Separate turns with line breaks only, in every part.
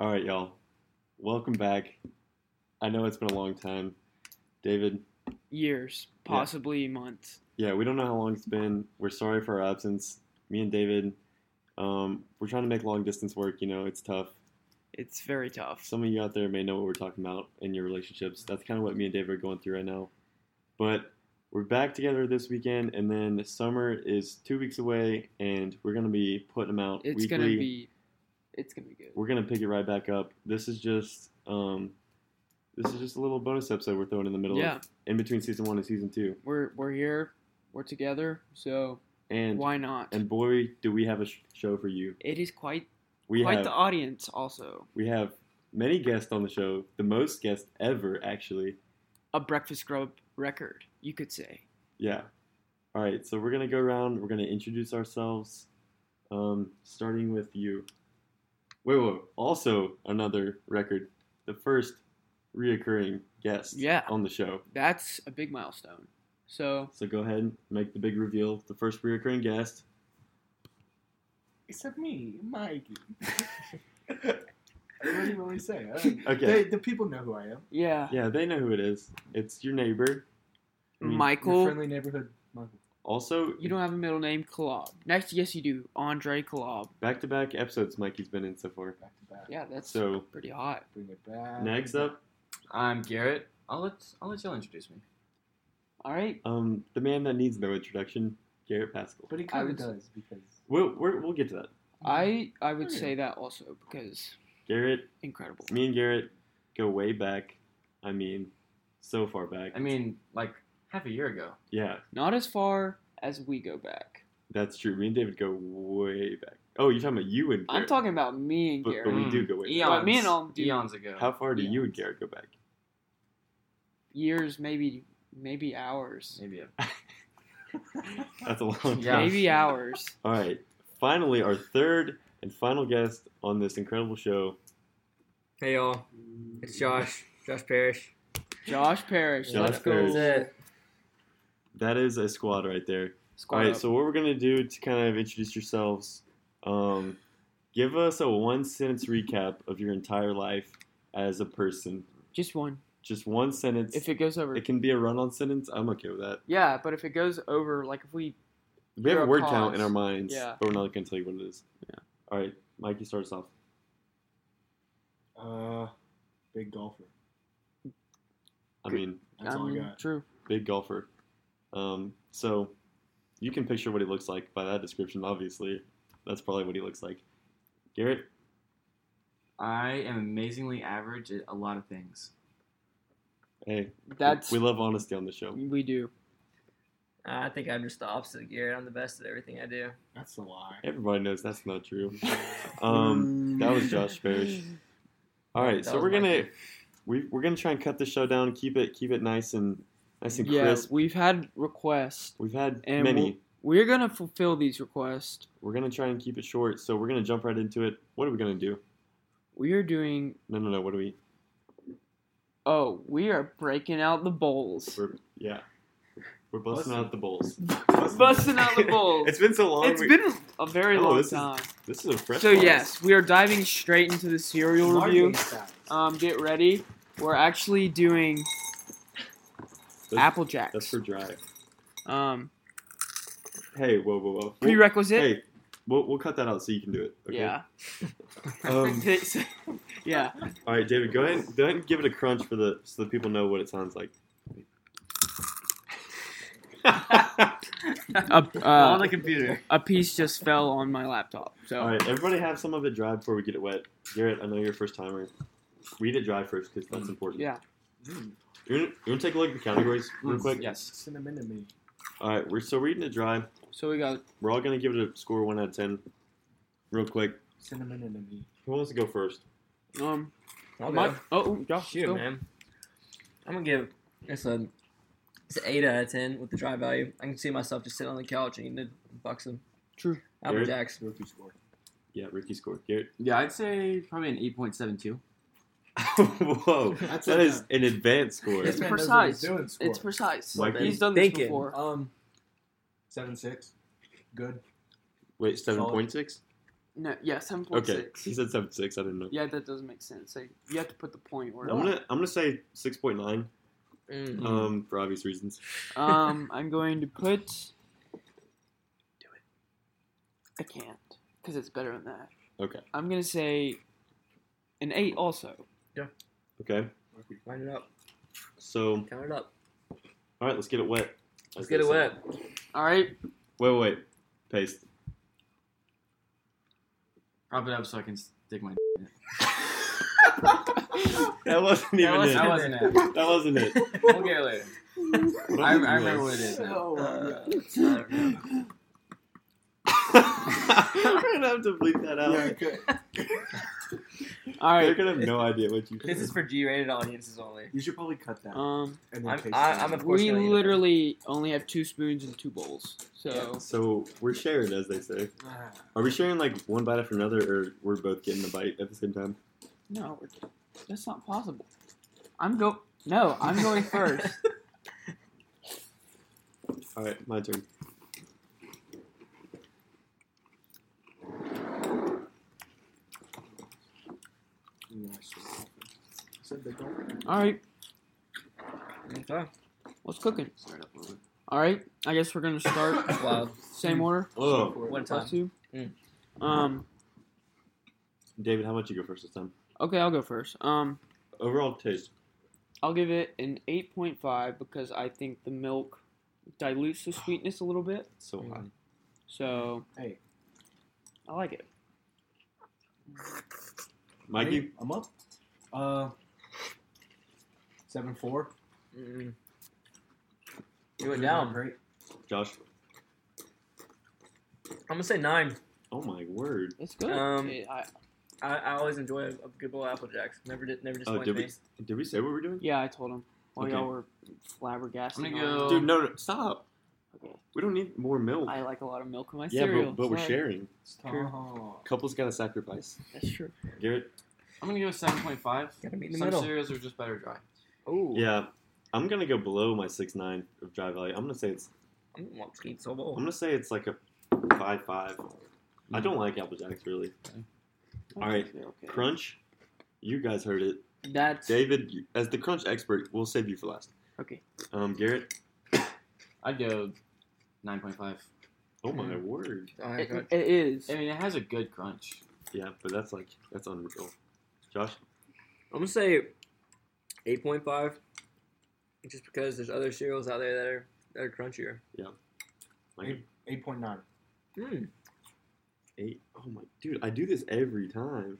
All right, y'all. Welcome back. I know it's been a long time. David,
Years, possibly months.
yeah, we don't know how long it's been. We're sorry for our absence. Me and David, um, we're trying to make long distance work. You know, it's tough.
It's very tough.
Some of you out there may know what we're talking about in your relationships. That's kind of what me and David are going through right now. But we're back together this weekend, and then summer is two weeks away, and we're going to be putting them out
it's
weekly.
gonna be, it's gonna be good.
we're gonna pick it right back up. This is just um, this is just a little bonus episode we're throwing in the middle
Yeah.
of in between season one and season two.
We're we're here, we're together, so
And
why not?
and boy, do we have a sh- show for you.
it is quite
We
quite
have
the audience, also.
we have many guests on the show, the most guests ever, actually.
A breakfast grub record, you could say.
Yeah. All right, so we're gonna go around. We're gonna introduce ourselves, um, starting with you. Wait, wait. Also, another record, the first reoccurring guest
Yeah.
on the show.
That's a big milestone. So
So go ahead and make the big reveal. The first reoccurring guest.
Except me, Mikey. what do you really say? I don't-
Okay.
They, the people know who I am.
yeah,
Yeah, they know who it is. It's your neighbor. I mean,
Your
Michael.
friendly neighborhood Michael.
Also,
You don't have a middle name, Kalab. Next, yes, you do, Andre Kalab.
back-to-back episodes Mikey's been in so far.
Back to back.
Yeah, that's
So
pretty hot.
Bring it back.
next up,
I'm Garrett. I'll let I'll let y'all introduce me.
All right,
um, the man that needs no introduction, Garrett Pascal.
But he
I
kind
would
of does because.
We'll we're, we'll get to that.
I I would
Yeah.
say that also because
Garrett,
incredible.
me and Garrett go way back. I mean, so far back.
I mean, like half a year ago.
yeah,
Not as far as we go back.
that's true. Me and David go way back. Oh, you're talking about you and Garrett.
I'm talking about me and
But- but
Garrett.
we do go way back.
eons,
But me and Alm do.
eons ago.
How far do you
Yeah.
and Garrett go back?
Years, maybe, maybe hours,
Maybe a
That's a long time.
Yeah.
maybe hours.
All right. Finally, our third and final guest on this incredible show,
Hey y'all, it's Josh, Josh Parrish.
Josh Parrish,
Josh
let's go.
Parrish. That is a squad right there.
Squad
All right,
up.
so what we're gonna do to kind of introduce yourselves, um, give us a one sentence recap of your entire life as a person.
just one.
Just one sentence.
If it goes over,
it can be a run-on sentence. I'm okay with that.
yeah, but if it goes over, like if we,
We have
Or
a
a
word count in
pause.
our minds,
Yeah.
but we're not gonna tell you what it is. Yeah. All right, Mike, you start us off.
Uh, big golfer.
I
Good.
mean,
That's
I
all I
mean,
got.
true.
big golfer. Um, so you can picture what he looks like by that description. Obviously, that's probably what he looks like. Garrett,
I am amazingly average at a lot of things.
hey,
That's
we
we,
love honesty on the show.
do.
I think I'm just the opposite of Garrett. I'm the best at everything I do.
That's a lie.
Everybody knows that's not true. Um, that was Josh Parrish. All right,
That
so
was
we're gonna
Mikey.
we, we're gonna try and cut the show down, keep it keep it nice and nice and
Yeah,
crisp.
we've had requests.
We've had
And
many.
We're gonna fulfill these requests.
We're gonna try and keep it short, so we're gonna jump right into it. What are we gonna do?
We are doing.
No, no, no. What do we?
Oh, we are breaking out the bowls.
We're yeah, we're busting
Bustin'.
out the bowls.
Busting out the bowls.
It's been so long.
It's
we-
been a very
Oh,
long
this is-
time.
this is a fresh.
So
one.
yes, we are diving straight into the cereal
Marketing
review.
size.
Um, get ready. We're actually doing
That's-
Apple Jacks.
That's for dry.
um,
Hey, whoa, whoa, whoa. We'll-
prerequisite.
hey, we'll, we'll cut that out so you can do it. Okay?
Yeah.
Um,
yeah.
all right, David, go ahead, go ahead and give it a crunch for the so that people know what it sounds like.
A, uh,
computer.
a piece just fell on my laptop. So
All right, everybody have some of it dry before we get it wet. Garrett, I know you're a first timer. Read it dry first because that's important.
yeah, Mm,
Mm,
You're gonna, you're gonna take a look at the categories real quick.
Mm, Yes.
cinnamon to me.
All right, we're so reading it dry.
so we got
We're all gonna give it a score one out of ten, real quick.
Cinnamon to me.
Who wants to go first?
um.
I'll
my-
go.
oh, Josh,
Shoot,
go.
man. I'm gonna give it's a it's an eight out of ten with the dry value. I can see myself just sitting on the couch and eating a box of
True.
Apple
Garrett?
Jacks.
Roku score.
Yeah, Ricky scored. Garrett.
Yeah, I'd say probably an 8.72.
Whoa,
That's
that
a-
is an advanced score.
It's
This man knows what he's
precise.
doing, score.
It's precise.
Mikey?
He's done this
Thinking.
before.
Um, seven six. Good.
Wait, seven point six?
No, yeah, seven point
Okay,
six.
he said seven six. I didn't know.
Yeah, that doesn't make sense. Like, you have to put the point where.
I'm gonna I'm gonna say six point nine.
Mm.
Mm-hmm.
Um, for obvious reasons.
Um, I'm going to put. Do it. I can't because it's better than that.
Okay.
I'm gonna say an eight also.
Okay,
Line it up.
so
Count it up.
all right, let's get it wet. As
Let's get
they
it
say.
wet.
All right.
Wait, wait, wait. paste.
Prop it up so I can stick my.
That wasn't even
That
wasn't-
it.
wasn't it.
That wasn't it.
We'll get it later.
What
I, I
did I
remember
miss?
what it is. now.
Oh,
Uh, I don't know.
We're gonna have to bleep that out.
yeah, good.
All
They're
right.
gonna have no idea what you.
This is for G-rated audiences only.
You should probably cut that.
Um,
and then
I'm,
taste
I,
it.
I'm of course
we
gonna eat it.
literally only have two spoons and two bowls, so
So we're sharing, as they say.
Ah,
Are we sharing like one bite after another, or we're both getting a bite at the same time?
no, we're- that's not possible. I'm go. No, I'm going first.
All right, my turn.
you know, I should have said they don't.
All right.
Okay.
What's cooking?
Start up a little bit.
All right. I guess we're gonna start
Wow. Hmm.
same order.
Oh,
For it.
One
Plus
time. Hmm.
two. Um.
David, how much you go first this time?
Okay, I'll go first. Um.
Overall taste.
I'll give it an 8.5 because I think the milk dilutes the sweetness a little bit.
So high.
Mm-hmm. So
Hey,
I like it.
Mikey,
Hey, I'm up. Uh, seven four.
Mm. You went down.
Great.
Josh.
I'm gonna say nine.
Oh my word.
It's good.
Um,
It- I,
I, I always enjoy a, a good bowl of Apple Jacks. Never did, never disappoints
Oh, did
me.
we- Did we say what we're doing?
yeah, I told him while
Okay.
y'all were flabbergasted.
I'm gonna go-
Dude, no, no, stop.
Okay.
We don't need more milk.
I like a lot of milk in my
yeah,
cereal.
but, but we're
Sorry.
sharing.
True.
Oh.
Couples gotta sacrifice.
That's true.
Garrett.
I'm gonna go 7.5.
Gotta meet in the
Some
middle.
cereals are just better dry.
Ooh.
Yeah, I'm gonna go below my six nine of dry value. I'm gonna say it's.
I'm gonna want to eat so
I'm
bowl.
gonna say it's like a five five.
Mm-hmm.
I don't like apple jacks really. All right.
Okay, okay.
Crunch. You guys heard it.
That's
David, you- as the crunch expert, we'll save you for last.
okay.
Um, Garrett.
I'd go 9.5.
Oh my word.
Alright,
It,
good.
it is.
I mean, it has a good crunch.
Yeah, but that's like that's unreal. Josh.
I'm gonna say 8.5, just because there's other cereals out there that are that are crunchier.
Like
Eight point nine.
Mm.
eight. Oh my dude, I do this every time.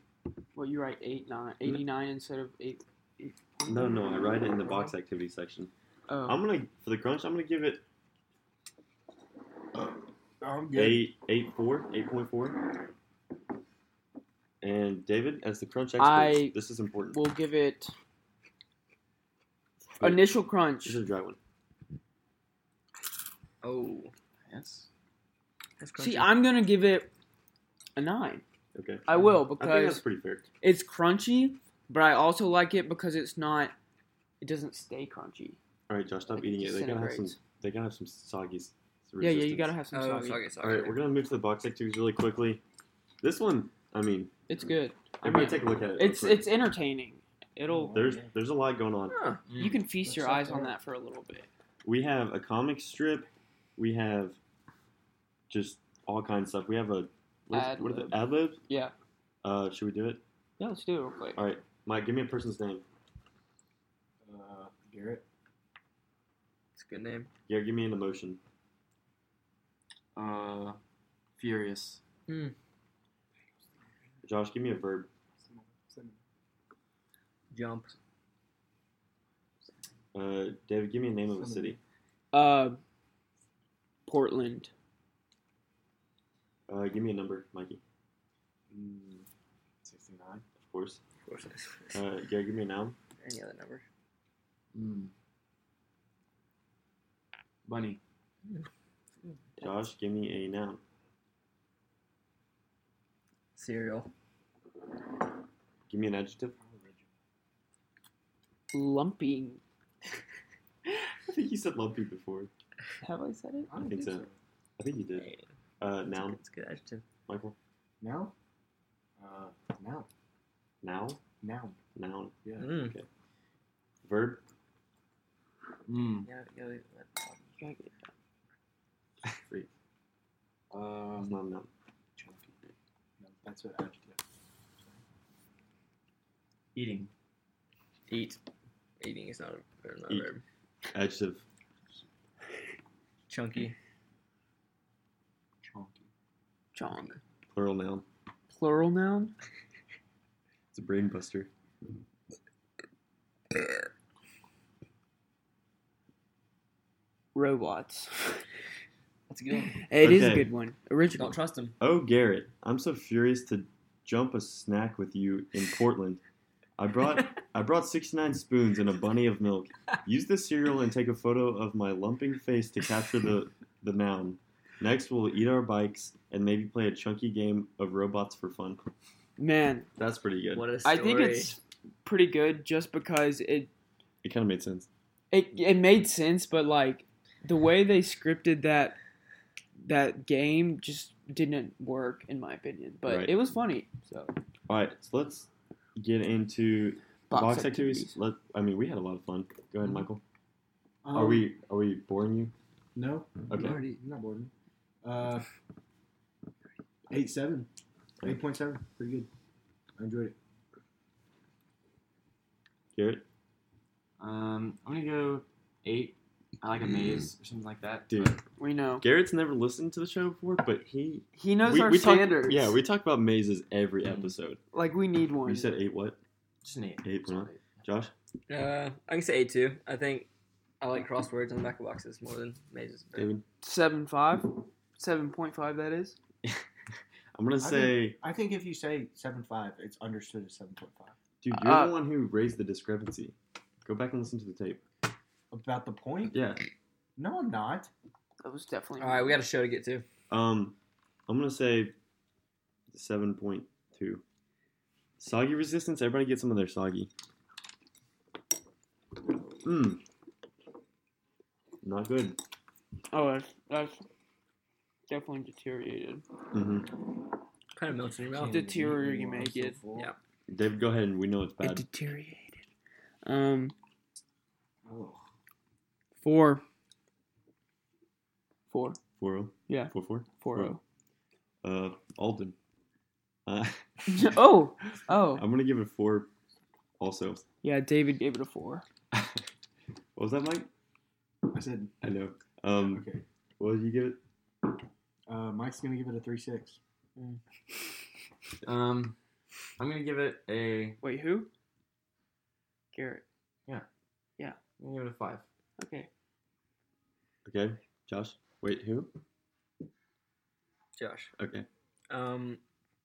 Well, you write eight nine, 89 instead of eight. eight
No, no, I write it in the box activity section.
Oh.
I'm gonna for the crunch. I'm gonna give it
I'm good.
eight, eight four, eight point four. And David, as the crunch expert,
I-
this is important.
we'll give it
Wait,
initial crunch.
This is a dry one.
Oh,
Yes.
that's crunchy.
See, I'm gonna give it a nine.
Okay.
I will
I think that's
because
pretty fair.
it's crunchy, but I also like it because it's not. It doesn't stay crunchy.
All right, Josh, stop
It
eating it. They gotta have some.
disintegrates.
They gotta have some soggy. s-
Yeah, yeah, you
resistance.
gotta have some.
oh,
soggy.
sorry,
All
sorry.
right, we're gonna move to the box activities really quickly. This one, I mean,
It's good. I
everybody
mean,
take a look at it. real
it's
quick.
it's entertaining. It'll
there's there's a lot going on.
Huh.
Mm.
you can feast
That's
your
not
eyes on
bad.
that for a little bit.
We have a comic strip. We have just all kinds of stuff. We have a what is, what are the ad libs?
Yeah,
Uh, should we do it?
yeah. Let's do it real quick.
All right, Mike, give me a person's name.
Uh, Garrett.
It's a good name.
Yeah, give me an emotion.
Uh, furious.
Josh, give me a verb.
Jump.
Uh, David, give me a name of a city.
Uh, Portland.
Uh, give me a number, Mikey,
Sixty nine.
of course.
Of course, it is.
Uh, yeah, give me a noun.
any other number.
Mm. Bunny.
Josh, give me a noun.
cereal.
Give me an adjective.
Lumpy.
I think you said lumpy before.
Have I said it?
I don't
think
think
so.
so.
I think you did. Uh, noun,
It's a good adjective.
Michael.
Now? Uh, now.
Now,
Now.
noun,
Yeah.
Mm.
verb.
Mm.
Yeah, yeah, yeah, yeah.
Freak. That's
Um,
not a noun.
chunky. No, that's an adjective.
Eating.
Eat. Eating is not a, or not a
Eat.
verb.
Adjective.
Chunky.
Chunky.
Chong.
Plural noun.
Plural noun?
It's a brain buster.
Robots.
That's a good one.
It is a
Okay.
good one.
Don't
Original.
trust him.
Oh, Garrett, I'm so furious to jump a snack with you in Portland. I brought I brought 69 spoons and a bunny of milk. Use this cereal and take a photo of my lumping face to capture the, the noun. Next, we'll eat our bikes and maybe play a chunky game of robots for fun.
Man,
That's pretty good.
What a
I
story.
think it's pretty good just because it
It kind of made sense.
it it made sense, but like the way they scripted that that game just didn't work in my opinion. But
Right.
it was funny. So
All right, so let's get into box, activities. Let I mean, we had a lot of fun. Go ahead,
Mhm.
Michael.
Um,
are we are we boring you?
No.
Mm-hmm. Okay.
I'm already, I'm not bored. of it. Uh, eight seven.
Okay.
Eight point seven. Pretty good. I enjoyed it.
Garrett,
Um, I'm gonna go eight. I
Mm.
like a maze or something like that.
Dude.
but
We know.
Garrett's never listened to the show before, but he
He knows
we,
our
we talk-
standards.
yeah, we talk about mazes every
Mhm.
episode.
like we need one.
You said eight what?
just an eight.
Eight,
Just an
huh? Josh?
Uh, I can say A two. I think I like crosswords and back of boxes more than mazes.
David?
seven five. Seven point five that is.
I'm gonna
think-
say
I think if you say seven five, it's understood as seven point five.
dude, you're
Uh,
the one who raised the discrepancy. Go back and listen to the tape.
About the point?
Yeah.
No, I'm not.
That was definitely
All right, we got a show to get to.
Um I'm gonna say seven point two. Soggy resistance, everybody get some of their soggy. Mmm. Not good.
Oh that's, that's definitely deteriorated.
Mm-hmm.
Kind of melts in your mouth.
The tear you
I'm
make
so
it.
full.
Yeah.
David, go ahead and we know it's
It
bad.
deteriorated. Um
Oh.
four. Four.
Four oh.
Yeah.
Four four.
Four oh.
Uh Alden. Uh
oh. Oh.
I'm gonna give it a four also.
Yeah, David gave it a four.
what was that, Mike?
I said
I know. Um,
okay.
what did you give it?
Uh, Mike's gonna give it a three six.
eight. Um, I'm gonna give it a. I'm
Wait, who? Garrett.
gonna give it a five.
Okay.
Okay, Josh. Wait, who?
Josh.
Okay.
Um,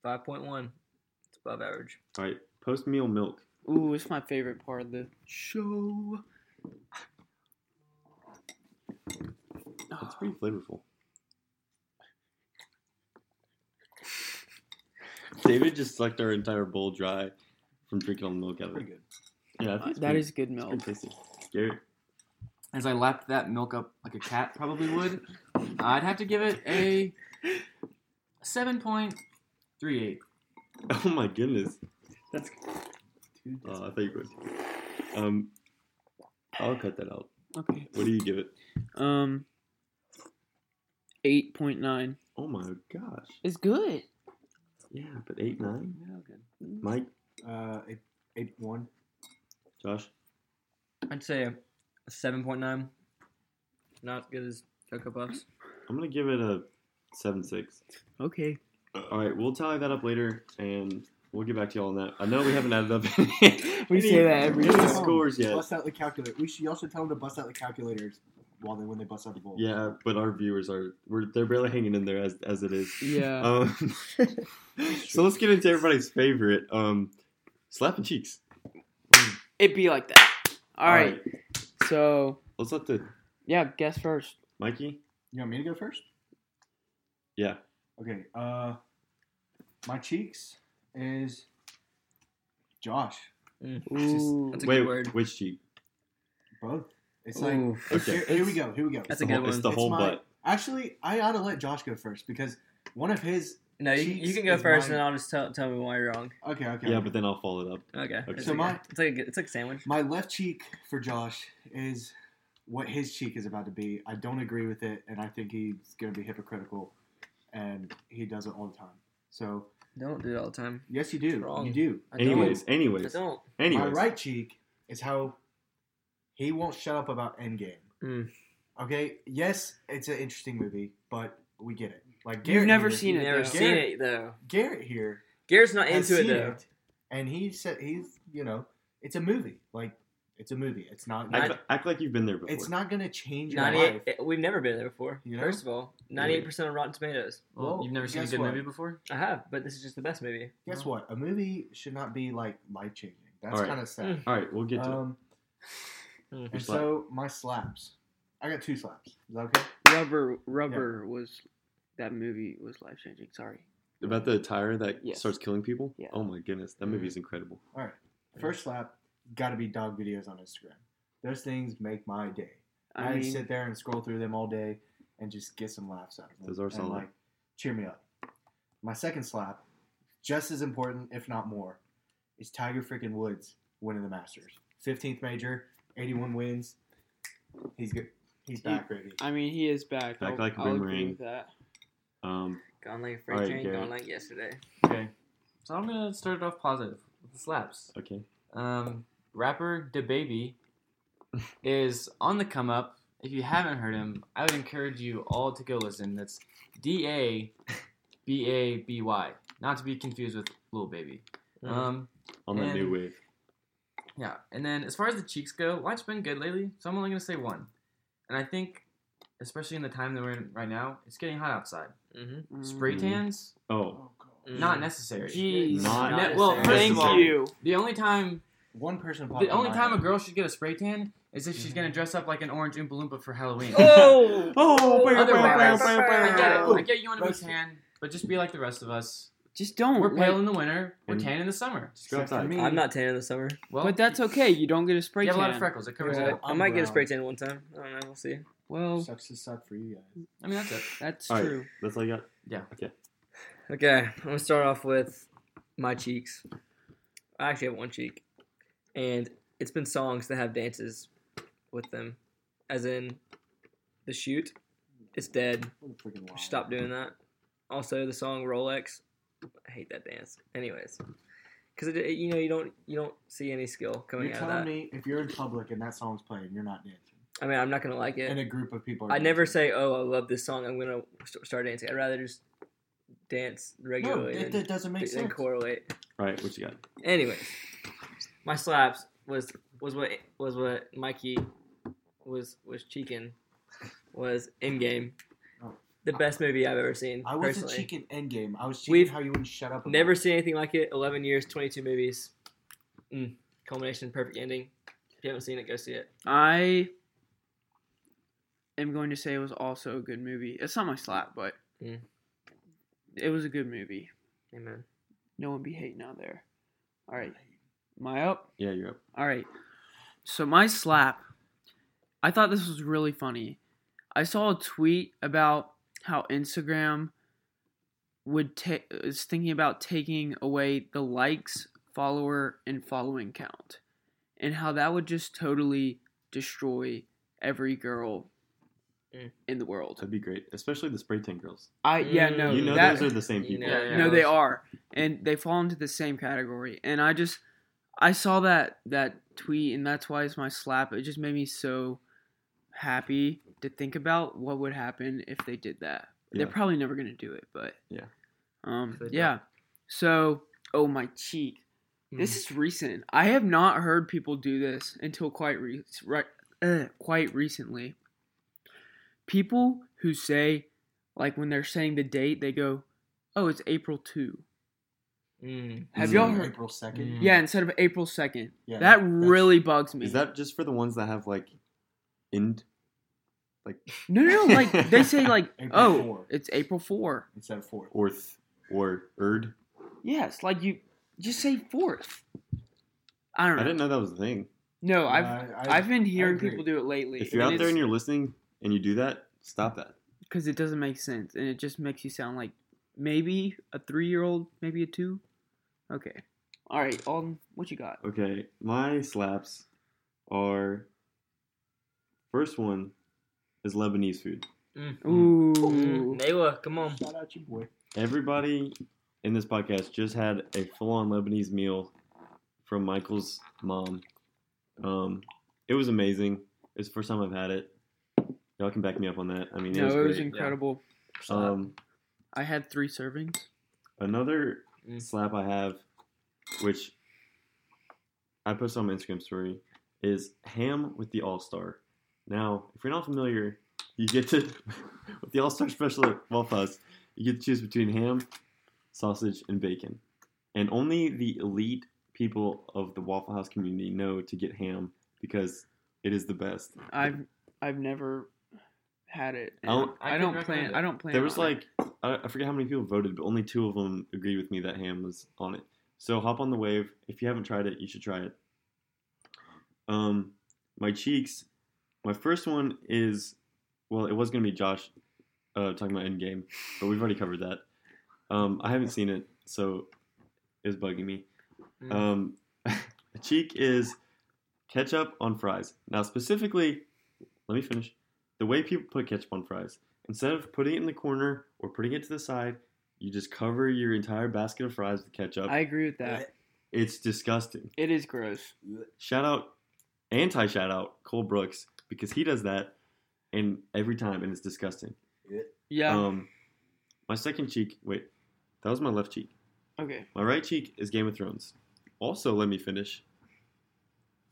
five point one. It's above average.
All right. Post meal milk.
Ooh, it's my favorite part of the show. Ah,
It's pretty flavorful. David just sucked our entire bowl dry from drinking all the milk out of it.
Pretty good.
Yeah, I think
Uh,
it's
that
pretty-
is good
it's
milk.
pretty tasty. Garrett,
As I lapped that milk up like a cat probably would, I'd have to give it a seven point three eight.
oh my goodness.
That's dude.
Oh, I thought you would. Um, I'll cut that out.
Okay.
What do you give it?
Um. Eight point nine.
Oh my gosh.
It's good.
Yeah, but eight nine.
Mm.
Mike,
Uh, eight, eight one.
Josh.
I'd say a seven point nine. Not as good as Cocoa Puffs.
I'm gonna give it a seven six. Uh,
Okay.
All right, we'll tally that up later, and we'll get back to y'all on that. I know we haven't added up.
We say that every
Any
time.
scores yet?
Bust out the calculator. We should you also tell them to bust out the calculators while they when they bust out the bowl.
Yeah, but our viewers are we're, they're barely hanging in there as as it is.
Yeah.
Um, so let's get into everybody's favorite, um, slapping cheeks.
It'd be like that. All right. So
let's let the
yeah, guess first.
Mikey.
You want me to go first?
Yeah,
Okay. Uh, my cheeks is Josh.
Ooh.
That's a good
Wait,
word.
which cheek?
Both. It's like
Oof.
Okay.
here, here we go. Here we go.
That's
The
a good
whole- It's
one.
the
It's
whole
my-
butt.
Actually, I ought to let Josh go first because one of his.
No, you,
Cheeks
you can go
is
first,
mine.
and I'll just tell, tell me why you're wrong.
Okay, okay.
Yeah, but then I'll follow it up.
Okay.
Okay.
It's
So
okay.
my-
it's like a, it's like a sandwich.
my left cheek for Josh is what his cheek is about to be. I don't agree with it, and I think he's going to be hypocritical, and he does it all the time. So
Don't do it all the time.
yes, you do.
It's wrong.
You do.
I
Anyways,
don't. I
anyways,
don't.
anyways.
My right cheek is how he won't shut up about Endgame.
Mm.
Okay. Yes, it's an interesting movie, but we get it. Like Garrett
You've never
here-
seen it.
Never
though.
seen it though.
Garrett here
Garrett's not
has
into it
seen
though.
it, and he said he's you know it's a movie. Like it's a movie. It's not.
Act, act like you've been there before.
it's not going to change your life.
Ninety-eight. eh, We've never been there before.
You know?
First of all, ninety-eight percent on Rotten Tomatoes.
Well,
Well,
you've never seen a
Oh, guess
good
what?
movie before?
I have, but this is just the best movie.
Guess what? A movie should not be like life changing. That's
All right.
kind of sad.
All right, we'll Mm. get to
Um,
Mm.
and
slap.
so my slaps. I got two slaps. Is that okay?
Rubber, rubber was that movie was life changing. Sorry.
it. about the tire that
Yes.
starts killing people.
Yeah.
Oh my goodness, that movie is incredible.
All right. First slap. Got to be dog videos on Instagram. Those things make my day. I,
I mean,
sit there and scroll through them all day and just get some laughs out of them.
Those are
and,
solid.
Like, cheer me up. My second slap, just as important, if not more, is Tiger freaking Woods winning the Masters. 15th major, 81 wins. He's good. He's back, baby.
I mean, he is back.
Back
I'll-
like a
I'll agree
boomerang.
with that.
Um,
Gone like a
All
freight
right,
train.
Garrett.
Gone like yesterday.
Okay. So I'm gonna start it off positive with the slaps.
okay.
Um, rapper DaBaby is on the come up. If you haven't heard him, I would encourage you all to go listen. That's D A B A B Y, not to be confused with Lil Baby.
Mm.
Um,
On that new
And-
wave.
yeah. And then as far as the cheeks go, life's been good lately, so I'm only gonna say one. And I think, especially in the time that we're in right now, it's getting hot outside.
Mm-hmm.
Mm.
Spray
Mhm.
tans,
Oh,
God.
Mm.
not necessary.
Jeez.
Not
Ne-
necessary.
well,
First
thank
of all-
you.
The only time
One person.
Oh
popped
The
in
only
my
time a
head.
girl should get a spray tan is if she's gonna dress up like an orange Oompa Loompa for Halloween.
Mm. Oh!
Oh,
bam, bam, bam,
bam,
I get it. I
bam.
get you want to be
Roasted.
tan, but just be like the rest of us.
Just don't.
We're pale
like-
in the winter. We're
And-
tan in the summer.
Just go
Except for
outside.
me.
I'm not tan in the summer.
Well,
but that's okay. You don't get a spray
You have a lot of
tan.
freckles. It covers it. up.
I might get a
brown.
spray tan one time. I don't know. We'll see.
Well,
Sucks to suck for you guys.
I mean, that's it.
that's
All right.
true.
That's all I got.
Okay, I'm gonna start off with my cheeks. I actually have one cheek, and it's been songs that have dances with them, as in the shoot. It's dead.
What a freaking lie.
Stop doing that. Also, the song Rolex. I hate that dance. Anyways, because it, you know you don't you don't see any skill
Oh,
coming
You're
out of
telling
that.
me if you're in public and that song's playing, you're not dancing.
I mean, I'm not gonna like
And
it.
a group of people. Are
I never
dancing.
say, "Oh, I love this song. I'm gonna st- start dancing." I'd rather just dance
No,
regularly
that,
and,
that doesn't make
and
sense.
correlate.
All right, what you got?
Anyways, my slaps was was what was what Mikey was was cheeking was in game.
Oh.
The best movie I've ever seen.
I was
personally.
a cheek in Endgame. I was cheeking
We've
how you wouldn't shut up. about
Never
it.
seen anything like it. Eleven years, twenty two movies. Mm. Culmination, perfect ending. If you haven't seen it, go see it.
I am going to say it was also a good movie. It's not my slap, but
Mm.
it was a good movie.
Amen.
No one be hating out there. All right, am I up?
Yeah, you're up.
All right. So my slap, I thought this was really funny. I saw a tweet about how Instagram would take is thinking about taking away the likes, follower, and following count, and how that would just totally destroy every girl
Mm.
in the world.
That'd be great, especially the spray tan girls.
I yeah no
You know
that,
those are the same
you
people.
know. Mm.
Yeah,
no, they
those-
are, and they fall into the same category. And I just, I saw that that tweet, and that's why it's my slap. It just made me so happy to think about what would happen if they did that. They're
Yeah.
probably never gonna do it, but
Yeah.
um,
They don't.
yeah. So, oh my cheek, this is recent. I have not heard people do this until quite re- right, uh, quite recently. People who say, like when they're saying the date, they go, "Oh, it's April 2.
Mm.
Have
Mm.
y'all heard?
April second?
Mm.
Yeah, instead of April second.
Hmm. Yeah,
that
that's-
really bugs me.
Is that just for the ones that have like end?
no, no, no? Like they say, like
April
oh,
four.
it's April four.
Instead of four.
or th- or erd
Yes, like you just say fourth. I don't
I
know.
didn't know that was a thing.
no, I've
I,
I've been hearing
agree.
people do it lately.
If you're out there and you're listening and you do that, stop that.
because it doesn't make sense, and it just makes you sound like maybe a three-year-old, maybe a two. Okay, all right, Alden, what you got?
Okay, my slaps are. First one is Lebanese food.
Mm.
Hmm.
Ooh,
Mm. Nayla, come on.
shout out your boy.
Everybody in this podcast just had a full-on Lebanese meal from Michael's mom. Um, it was amazing. It's the first time I've had it. Y'all can back me up on that. I mean, it
no,
was
it was
great.
incredible.
Um,
I had three servings.
another
Mm.
slap I have, which I posted on my Instagram story, is ham with the All Star. Now, if you're not familiar, you get to with the All Star special at Waffles. You get to choose between ham, sausage, and bacon, and only the elite people of the Waffle House community know to get ham because it is the best.
I've I've never had it.
I don't-
and
I
I don't
could
plan.
recommend it.
I don't plan.
Oh, There was
on it.
like I, I forget how many people voted, but only two of them agreed with me that ham was on it. So hop on the wave. If you haven't tried it, you should try it. Um, my cheeks. My first one is, well, it was gonna be Josh, uh, talking about Endgame, but we've already covered that. Um, I haven't seen it, so it's bugging me.
Mm.
Um, cheek is ketchup on fries. Now, specifically, let me finish. The way people put ketchup on fries, instead of putting it in the corner or putting it to the side, you just cover your entire basket of fries with ketchup.
I agree with that.
it's disgusting.
It is gross.
Shout out, anti shout out, Cole Brooks, because he does that and every time, and it's disgusting.
Yeah.
Um, my second cheek, wait, that was my left cheek.
okay.
My right cheek is Game of Thrones. Also, let me finish.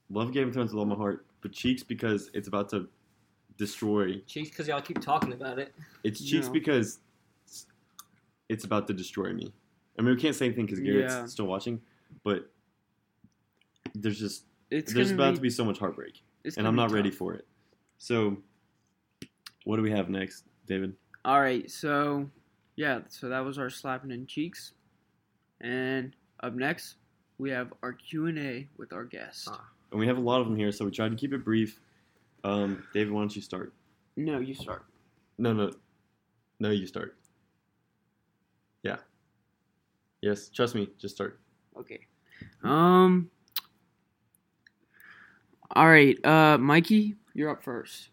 Love Game of Thrones with all my heart, but cheeks because it's about to destroy.
Cheeks, because y'all keep talking about it.
It's cheeks
No.
because it's about to destroy me. I mean, we can't say anything because Garrett's
Yeah.
still watching, but there's just
It's
there's
gonna
about
be,
to be so much heartbreak,
it's
and
gonna
I'm
be
not ready
tough.
for it. So, what do we have next, David?
All right. So, yeah. So that was our slapping in cheeks, and up next we have our Q and A with our guest.
Ah.
And we have a lot of them here, so we tried to keep it brief. Um, David, why don't you start?
No, you start.
No, no. No, you start. Yeah. Yes, trust me, just start.
Okay. Um. All right, uh, Mikey, you're up first.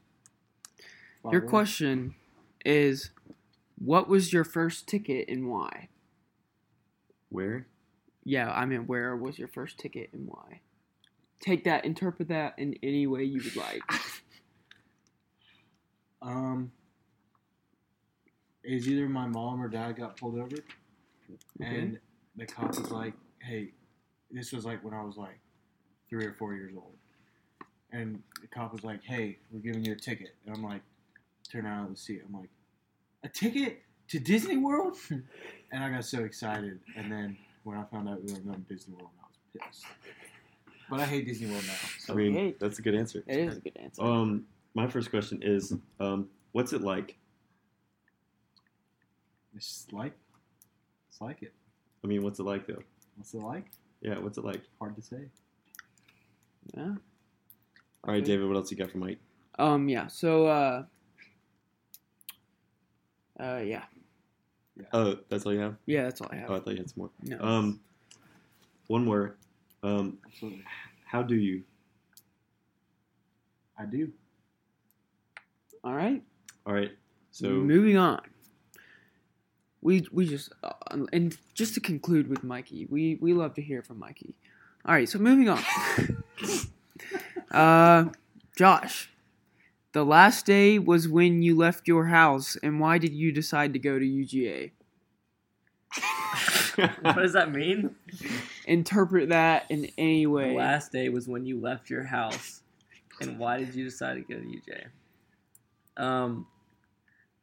Your question is, what was your first ticket and why?
Where?
Yeah, I mean, where was your first ticket and why? Take that, interpret that in any way you would like.
Um, is either my mom or dad got pulled over, and the cop was like, "Hey, this was like when I was like three or four years old," and the cop was like, "Hey, we're giving you a ticket," and I'm like, "Turn out of the seat." I'm like, "A ticket to Disney World?" and I got so excited, and then when I found out we were going to Disney World, I was pissed. But I hate Disney World now. So
I mean,
Okay.
that's a good answer.
It is a good answer.
Um, my first question is, um, what's it like?
it's just like, it's like it.
I mean, what's it like though?
What's it like?
Yeah, what's it like?
Hard to say.
yeah.
All right, David, what else you got for Mike?
Um. Yeah. So. Uh. Uh. Yeah.
Oh, that's all you have?
Yeah. That's all I
Oh, I
have.
thought you had some more.
No.
Um, one more. Um,
Absolutely.
how do you?
I do.
all right.
All right. So,
moving on. We we just uh, and just to conclude with Mikey, we we love to hear from Mikey. All right, so moving on. uh, Josh, the last day was when you left your house, and why did you decide to go to UGA?
what does that mean?
Interpret that in any
The
way.
last day was when you left your house, and why did you decide to go to UJ? Um,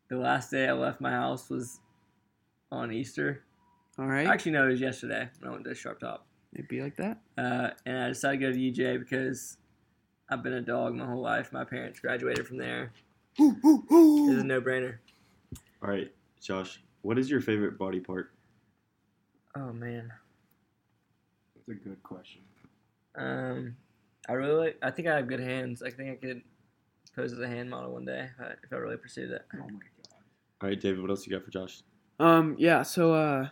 the last day I left my house was on Easter.
All right,
Actually, no, it was yesterday when I went to Sharp Top.
it'd be like that.
Uh, and I decided to go to UJ because I've been a dog my whole life. My parents graduated from there. It's a no-brainer.
all right, Josh, what is your favorite body part?
Oh man.
That's a good question.
Um, I really, like- I think I have good hands. I think I could pose as a hand model one day if I, if I really pursued it.
Oh my god.
All right, David, what else you got for Josh?
Um, yeah, so, uh,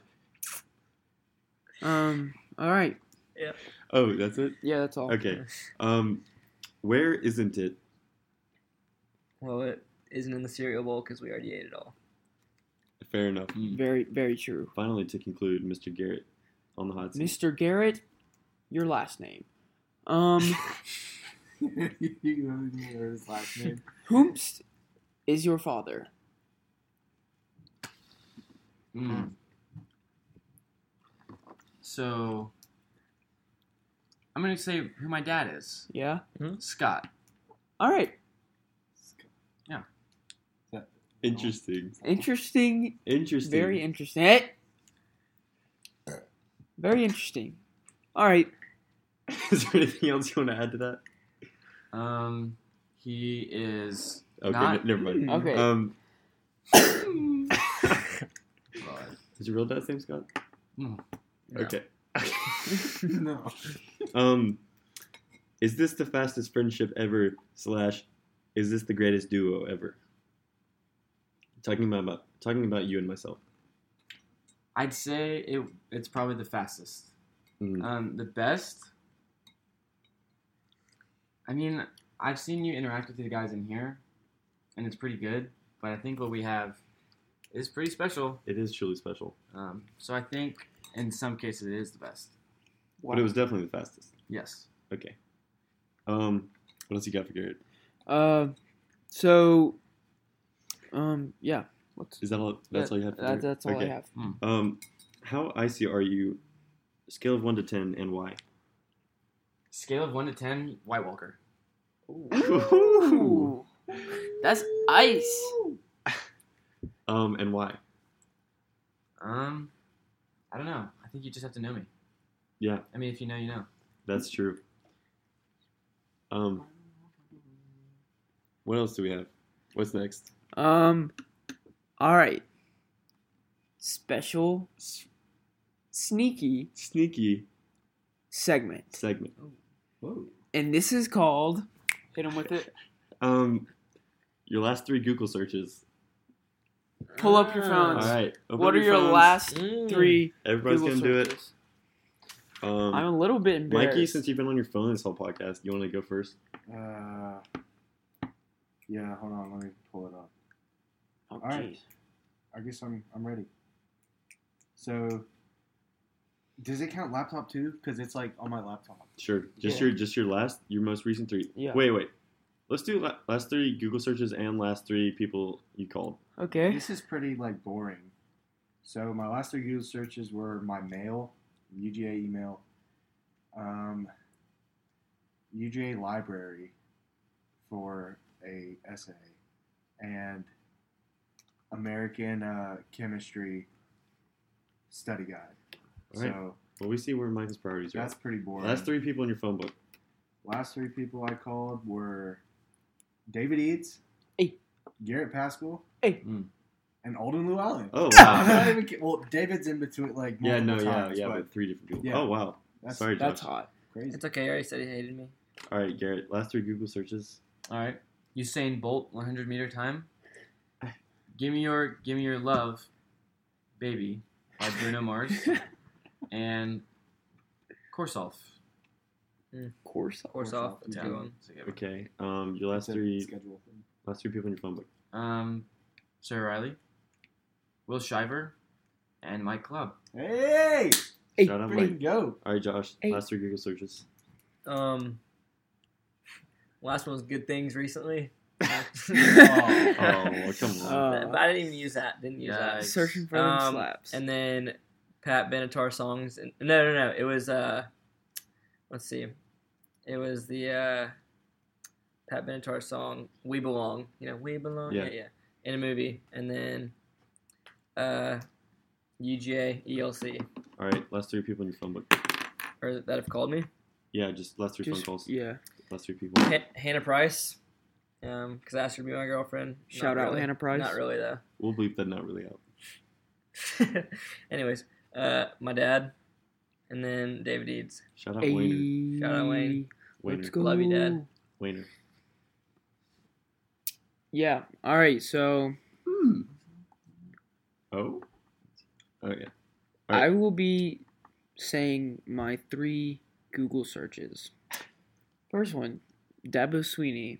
um, all right.
Oh, that's it.
Yeah, that's all.
Okay. Um, where isn't it?
Well, it isn't in the cereal bowl because we already ate it all.
Fair enough.
Very, very true.
Finally, to conclude, Mr. Garrett on the hot seat.
Mr. Garrett, your last name. Um,
you don't even know his last name.
whomst is your father?
Mm. So, I'm gonna say who my dad is.
Yeah?
Scott.
All right.
Interesting.
Interesting.
Interesting.
Very interesting. Eh? Very interesting. All right.
Is there anything else you want to add to that?
Um, he is
Okay,
Not-
n- never mind.
Mm. Okay.
Um, is your real dad's name Scott?
No.
Okay.
no.
Um, is this the fastest friendship ever? Slash, is this the greatest duo ever? Talking about talking about you and myself.
I'd say it. It's probably the fastest.
Mm.
Um, the best. I mean, I've seen you interact with the guys in here, and it's pretty good. But I think what we have is pretty special.
It is truly special,
Um, so I think in some cases it is the best.
but it was definitely the fastest.
Yes.
Okay. Um, what else you got for Garrett?
Uh, so, um, yeah. What's,
Is that all? That's
that-
all you had. For
that-
Garrett?
that's all
okay.
I have.
Um, how icy are you? Scale of one to ten, and why?
Scale of one to ten, White Walker.
Ooh.
That's ice.
Um, and why?
Um, I don't know. I think you just have to know me.
Yeah.
I mean, if you know, you know.
That's true. Um, what else do we have? What's next?
Um, all right. Special s- sneaky
Sneaky
segment.
segment.
Whoa.
And this is called. Hit him with it.
Um, your last three Google searches.
Pull up your
All
phones.
right. open
What are your
phones.
last
Mm.
three?
Everybody's
Google
gonna do
searches?
it. Um,
I'm a little bit embarrassed.
Mikey, since you've been on your phone this whole podcast, you want to go first?
Uh, yeah, hold on. Let me pull it up.
Oh,
All right.
jeez.
I guess I'm I'm ready. So, does it count laptop too? Because it's like on my laptop.
Sure. Just
Yeah.
your just your last your most recent three.
Yeah.
Wait, wait. Let's do la- last three Google searches and last three people you called.
Okay.
This is pretty like boring. So my last three Google searches were my mail, UGA email, um, UGA library for a essay, and American uh, chemistry study guide.
All right.
So
Well, we see where Mike's priorities are.
that's pretty boring.
Last three people in your phone book.
Last three people I called were David Eads,
Hey.
Garrett Pascal,
Hey.
Hmm.
Mm.
and Alden Llewellyn.
Oh
I'm
wow.
not even ki- well, David's in between like
yeah,
multiple
no,
times,
yeah, yeah,
but,
but three different people.
Yeah.
Oh wow.
that's
Sorry, Josh.
That's hot.
crazy.
It's okay. I already said he hated me.
All right, Garrett. Last three Google searches.
All right. Usain Bolt, 100 meter time. Give me your, give me your love, baby, by Bruno Mars, and Korsolf.
Course.
Course off. That's a
Yeah,
good one.
that's a good one.
Okay. Um, your last
It's a
three,
schedule thing.
last three people in your phone book.
Um, Sarah Riley, Will Shiver, and Mike Club.
Hey,
Hey,
Shout out,
freaking
Mike.
go!
All right, Josh.
Hey.
Last three Google searches.
Um, last one was good things recently.
Oh,
Oh, well, come on.
Uh,
but I didn't even use that. Didn't use
Yeah,
that.
Searching for them
Um,
slaps.
And then Pat Benatar songs. And no, no, no. It was uh, let's see, it was the uh, Pat Benatar song "We Belong." You know, "We Belong."
Yeah.
Yeah, yeah. In a movie, and then uh, UGA ELC,
All right, last three people in your phone book.
or that have called me.
Yeah, just last three phone
Just,
calls.
yeah.
Last three people.
Ha- Hannah Price, um, because I asked her to be my girlfriend. Not
Shout out
really.
Hannah Price.
Not really though.
We'll bleep that not really out.
Anyways, uh, my dad, and then David Eads.
Shout out Wayner.
Ayy.
Shout out Wayne.
Wayner.
Love you, Dad.
Wayner.
Yeah. All right. So
Oh. Oh yeah. All right.
I will be saying my three Google searches. First one, Dabo Sweeney.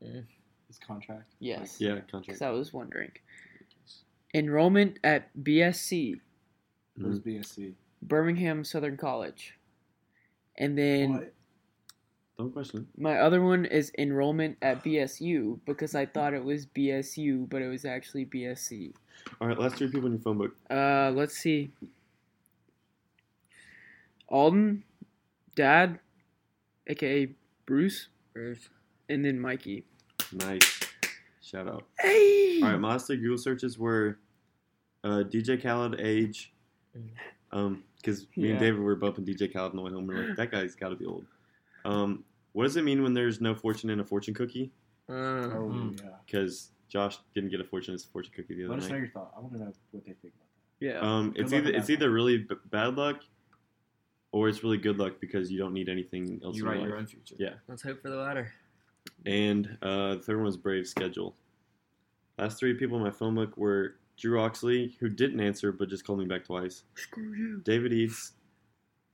His contract.
Yes.
Yeah.
Because
Contract.
I was wondering. Enrollment at BSC,
Mhm.
Where's BSC?
Birmingham Southern College. And then
What?
Don't question.
my other one is enrollment at BSU because I thought it was BSU, but it was actually BSC.
it. All right. Last three people in your phone book.
Uh, let's see. Alden, Dad, aka Bruce,
Bruce.
and then Mikey.
Nice. Shout out.
Hey!
All right, my last three Google searches were uh, DJ Khaled age,
Mm.
um, because me
Yeah.
and David were bumping DJ Khaled on the way home. We're like, that guy's got to be old. Um, what does it mean when there's no fortune in a fortune cookie?
Uh,
Oh
Mm.
yeah.
Because Josh didn't get a fortune as a fortune cookie the other
Let us know
night.
your thought. I want to know what they think about that.
yeah.
Um,
Good
it's
luck
either
with
it's
that.
either really b- bad luck, or it's really good luck because you don't need anything else
You
in
write
your
your
life.
own future.
Yeah.
let's hope for the latter.
And uh, the third one was Brave schedule. Last three people in my phone book were Drew Oxley, who didn't answer but just called me back twice.
Screw you.
David Eads,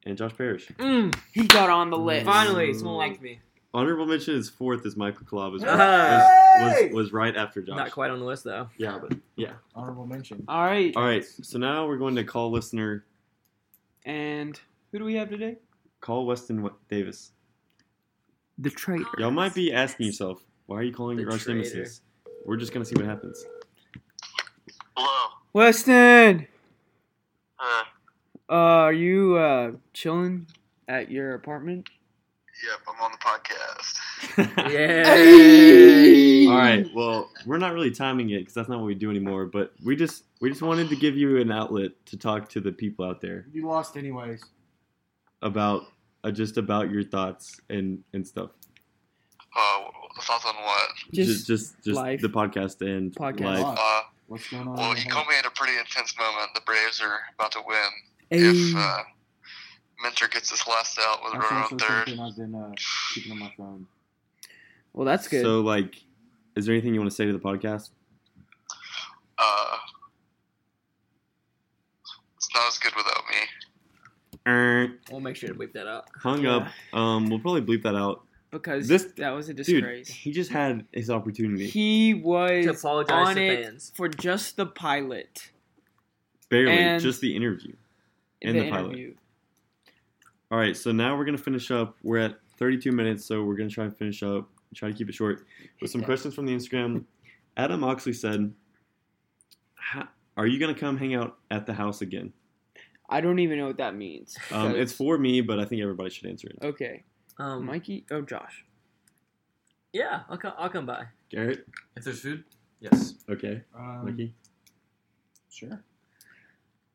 and Josh Parrish.
Mm,
He got on the list.
finally, someone liked me.
Honorable mention is fourth is Michael Kalab. Was,
Ah.
was, was, was right after Josh.
Not quite on the list though.
Yeah, but yeah.
Honorable mention.
All right.
All right, so now we're going to call listener,
And who do we have today?
call Weston Wa- Davis.
The traitor.
Y'all might be asking yourself, why are you calling
The
your arch
traitor.
nemesis? We're just going to see what happens.
Hello.
Weston,
Uh,
uh, are you uh chilling at your apartment?
yep, I'm on the podcast.
Yeah.
All right. Well, we're not really timing it because that's not what we do anymore. But we just we just wanted to give you an outlet to talk to the people out there
You lost anyways.
about uh, just about your thoughts and and stuff.
Uh, thoughts on what?
Just,
just just, just
life.
the podcast and
Podcast.
life.
Uh,
What's going on?
well,
in
you
your
caught
head?
me at a pretty intense moment. The Braves are about to win.
Ayy.
If uh, Mentor gets this last out with a
That's
runner on
also
third,
something I've been uh, keeping on my phone.
well, that's good.
So like, is there anything you want to say to the podcast?
uh, it's not as good without me.
Er,
we'll make sure to bleep that out.
hung
Yeah.
up. Um, we'll probably bleep that out.
because
this-
that was a
Dude,
disgrace.
he just had his opportunity.
he
To
was
apologize
on
to
it
fans.
for just the pilot.
Barely,
and-
just the interview.
In
And
the,
the pilot.
interview.
All right, so now we're gonna finish up. We're at 32 minutes, so we're gonna try and finish up. Try to keep it short with some questions from the Instagram. Adam Oxley said, "Ha- "Are you gonna come hang out at the house again?"
I don't even know what that means.
Um,
because-
it's for me, but I think everybody should answer it.
okay.
Um,
Mikey, oh Josh,
Yeah, I'll come. I'll come by.
Garrett,
If there's food, yes.
okay,
Um,
Mickey,
Sure.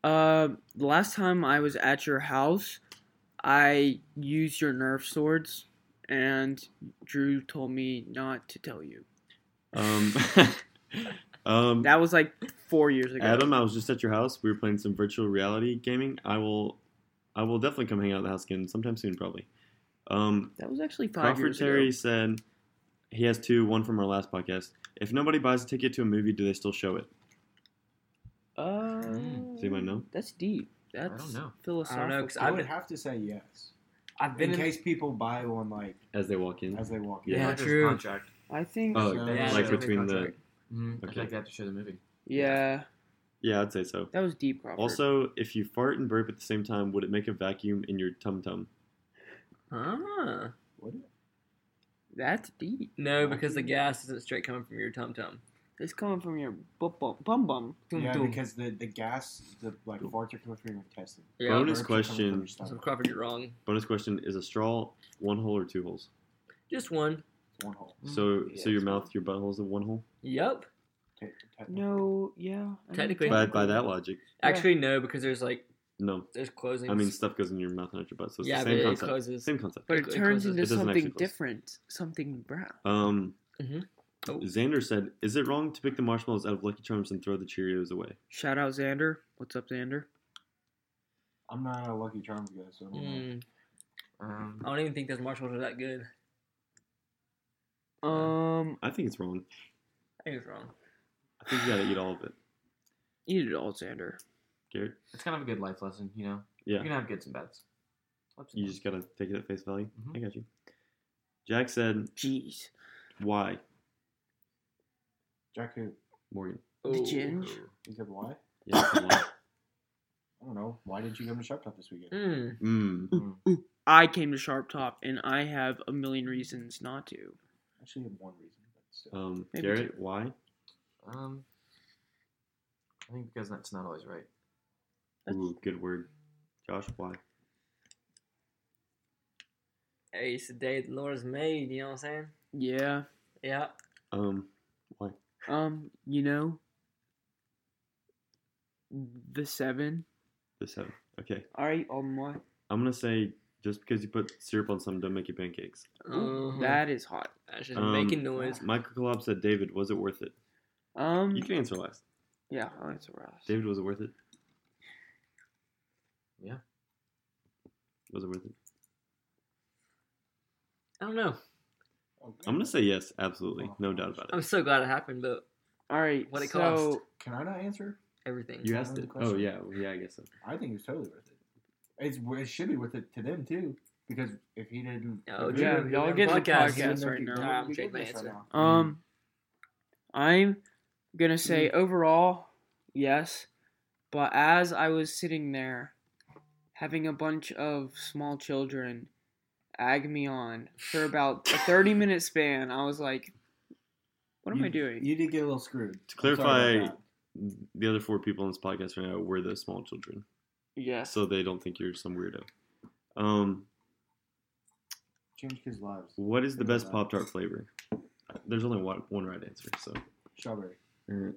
uh, the last time I was at your house, I used your Nerf swords, and Drew told me not to tell you.
um, um,
That was like four years ago.
Adam, I was just at your house. We were playing some virtual reality gaming. I will, I will definitely come hang out at the house again sometime soon, probably. Um,
that was actually five
Crawford
years
Terry
ago.
said he has two, one from our last podcast. If nobody buys a ticket to a movie, do they still show it?
Uh,
Does anybody know?
That's deep. That's
don't know.
I
philosophical.
don't know because
I
I've
would
been.
have to say yes.
I've
In
been in.
case people buy one like
As they walk in.
as they walk in.
Yeah,
Like there's
true.
Contract.
I think.
Oh,
So-
Yeah,
like
sure.
between the.
Contract.
Mm-hmm.
Okay.
I think they have to show the movie.
yeah,
Yeah, I'd say so.
that was deep, Crawford.
Also, if you fart and burp at the same time, would it make a vacuum in your tum tum?
Ah.
What?
that's deep.
No, because the gas isn't straight coming from your tum tum.
It's coming from your bum bum. bum, bum.
Yeah,
Dum-dum.
because the, the gas, the like farts are coming from your intestines.
Yeah,
Bonus
Burps are coming
question.
from your
So
stomach.
Crawford, you're wrong.
Bonus question is a straw one hole or two holes?
Just one.
It's one hole.
so
yeah,
so your
it's
mouth, your butthole is a one hole?
Yep.
Te- te-
No, yeah. I
Technically.
mean,
By, by that logic,
Actually, no, because there's like
no.
there's closing.
I mean, stuff goes in your mouth and out your butt, so it's
yeah,
the same
but it
concept.
closes.
Same concept.
but
it
it turns
closes.
into
It doesn't
something
actually close.
different, something brown.
Um,
Mhm. Oh.
Xander said, "Is it wrong to pick the marshmallows out of Lucky Charms and throw the Cheerios away?"
Shout out Xander. What's up, Xander?
I'm not a Lucky Charms guy, so I don't know.
Mm,
Um,
Hmm. I don't even think those marshmallows are that good.
Um,
I think it's wrong.
I think it's wrong.
I think you gotta eat all of it,
eat it all, Xander.
Garrett.
it's kind of a good life lesson, you know.
Yeah,
You're gonna have goods and bads. Ups and
you
downs.
just gotta take it at face value.
Mhm.
I got you. Jack said,
Jeez.
"Why,
Jack, who?
Morgan?"
The
Ooh.
gin.
He said, why?
Yeah, I said why.
I don't know. Why didn't you come to Sharp Top this weekend?
Mm.
Mm.
I came to Sharp Top, and I have a million reasons not to.
Actually, I have one reason, but still.
Um,
Maybe
Garrett, why?
Um, I think because that's not always right.
Ooh, good word. Josh, why?
Hey, it's the day the Lord has made. You know what I'm saying?
Yeah.
Yeah.
Um,
Um, you know, the seven.
the seven. Okay,
All right, um, what?
I'm gonna say just because you put syrup on something, don't make you pancakes.
Uh-huh.
That is hot.
That's just
Um,
making noise.
Michael Collab said, "David, was it worth it?"
Um,
You can answer last.
yeah, I'll answer last.
David, was it worth it?
Yeah.
Was it worth it?
I don't know.
Okay.
I'm gonna say yes, absolutely, no doubt about it.
Oh,
I'm so glad it happened, but
All right,
What it
so
Can I not answer?
everything.
You asked
Another
it.
question?
Oh yeah, yeah, I guess so.
I think it's totally worth it. It's, it should be worth it to them, too, because if he didn't.
Oh,
if he
yeah,
didn't-
y'all
if
get the
he didn't
podcast,
make it,
right now.
we
Nah,
wouldn't
I'm
be
changing my
doing this right
answer.
now.
um, I'm gonna say overall yes, but as I was sitting there having a bunch of small children ag me on for about a 30 minute span, I was like, what am
You-
I doing?
You did get a little screwed.
To
I'm sorry about
clarify,
that.
the other four people on this podcast right now were the small children,
yes.
so they don't think you're some weirdo. Um,
Change kids' lives.
what is the best
Yeah.
Pop Tart flavor? There's only one, one right answer, so.
Strawberry.
Er,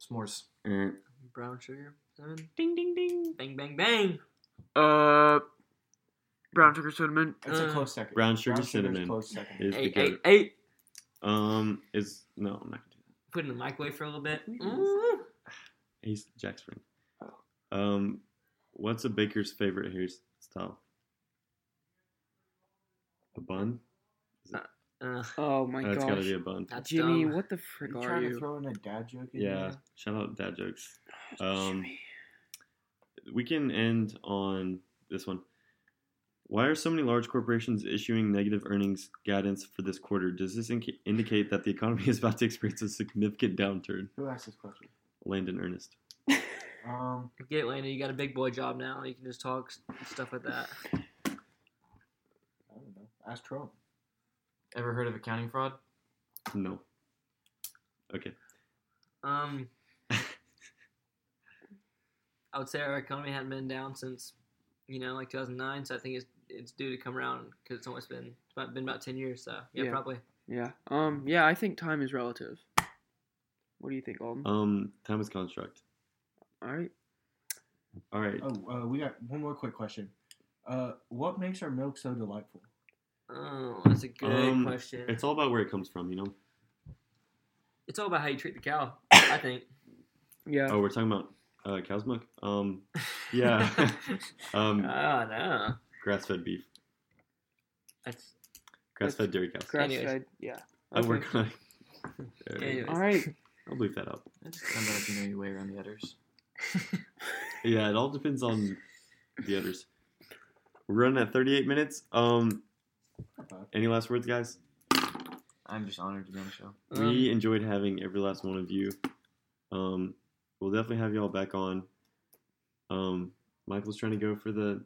S'mores.
er.
Brown sugar. Cinnamon.
Ding ding ding.
Bang, bang, bang.
Uh, brown sugar cinnamon.
It's a
Uh,
close second.
brown sugar
sugar's
cinnamon.
Close second.
Is the
Eight,
goat.
eight, eight.
Um, is no, I'm not gonna do
Put it in the microwave for a little bit.
Mm.
that. He's Jack's friend.
Oh.
Um, what's a baker's favorite hairstyle? A bun?
Uh,
Oh my
That's gotta
gosh.
be a bun.
that's
Jimmy,
dumb.
what the
Are
frick
you
are
trying to
you?
throw in a dad joke? In
Yeah.
there?
Shout out dad jokes. Um,
Jimmy.
we can end on this one. Why are so many large corporations issuing negative earnings guidance for this quarter? Does this inca- indicate that the economy is about to experience a significant downturn?
Who asked this question?
Landon Ernest.
Um,
Get it, Landon. You got a big boy job now. You can just talk s- stuff like that.
I don't know. Ask Trump.
Ever heard of accounting fraud?
No. Okay.
Um, I would say our economy hadn't been down since, you know, like 2009. So I think it's it's due to come around because it's almost been it's about, been about 10 years. So yeah,
Yeah.
probably.
Yeah. Um. Yeah, I think time is relative. What do you think, Alden?
Um, time is construct.
All right.
All right.
Oh, uh, we got one more quick question. Uh, what makes our milk so delightful?
Oh, that's a good
Um,
question.
It's all about where it comes from, you know.
It's all about how you treat the cow. I think.
Yeah.
Oh, we're talking about uh, cow's milk. Um, yeah. um,
oh no,
grass-fed beef,
that's
grass-fed dairy cows.
Grass
anyways.
fed. Yeah.
I
Okay.
work on.
Anyways.
All right.
I'll leave that up.
That just depends on if you know your way around the udders.
Yeah, it all depends on the others. We're running at 38 minutes. Um,
Not bad.
any last words, guys?
I'm just honored to be on the show.
um,
we
Um,
enjoyed having every last one of you. Um, we'll definitely have y'all back on. Um, Michael's trying to go for the,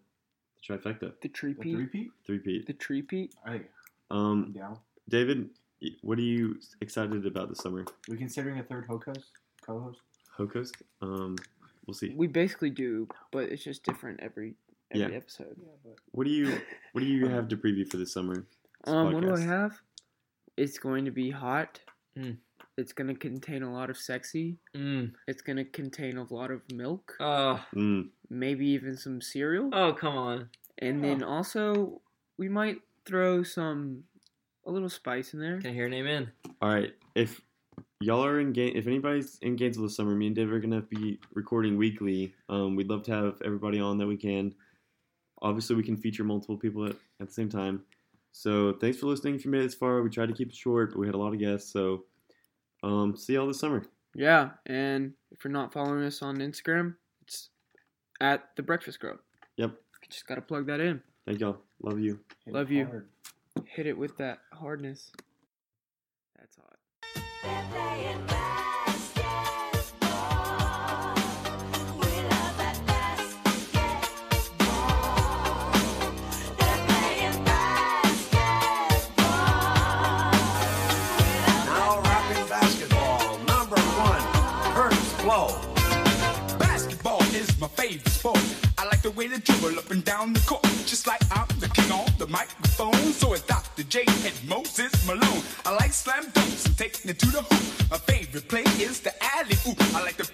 the trifecta,
The tree
The
peat.
repeat?
three peat.
The tree peat.
Hey, I'm
Um,
down.
David, what are you excited about this summer?
We considering a third hocus co-host.
Hokos? Um, we'll see.
We basically do, but it's just different every every
Yeah.
episode.
What do you What do you have to preview for this summer? This
Um. What do I
podcast?
have? It's going to be hot.
Mm.
It's going to contain a lot of sexy.
Mm.
It's going to contain a lot of milk.
Oh,
Mm,
maybe even some cereal.
oh, come on.
and then also we might throw some a little spice in there.
Can I hear an amen?
all right. If y'all are in Gain. If anybody's in Gainesville this summer, me and David are gonna be recording weekly. Um, we'd love to have everybody on that we can. Obviously, we can feature multiple people at, at the same time. So thanks for listening. If you made it this far, we tried to keep it short, but we had a lot of guests. So um, see y'all this summer.
Yeah, and if you're not following us on Instagram, it's at the Breakfast Grove.
Yep.
Just gotta plug that in.
Thank y'all. Love you.
Hit
Love you.
hard.
Hit it with that hardness. That's hot.
We're playing basketball. We love that basketball. They're playing basketball.
Now rapping basketball, number one, Curtis Blow.
Basketball is my favorite sport. I like the way they dribble up and down the court, just like I'm the king on the microphone. So it's Dr. J and Moses Malone. I like slam dunks and taking it to the hoop. My favorite play is the alley oop. I like to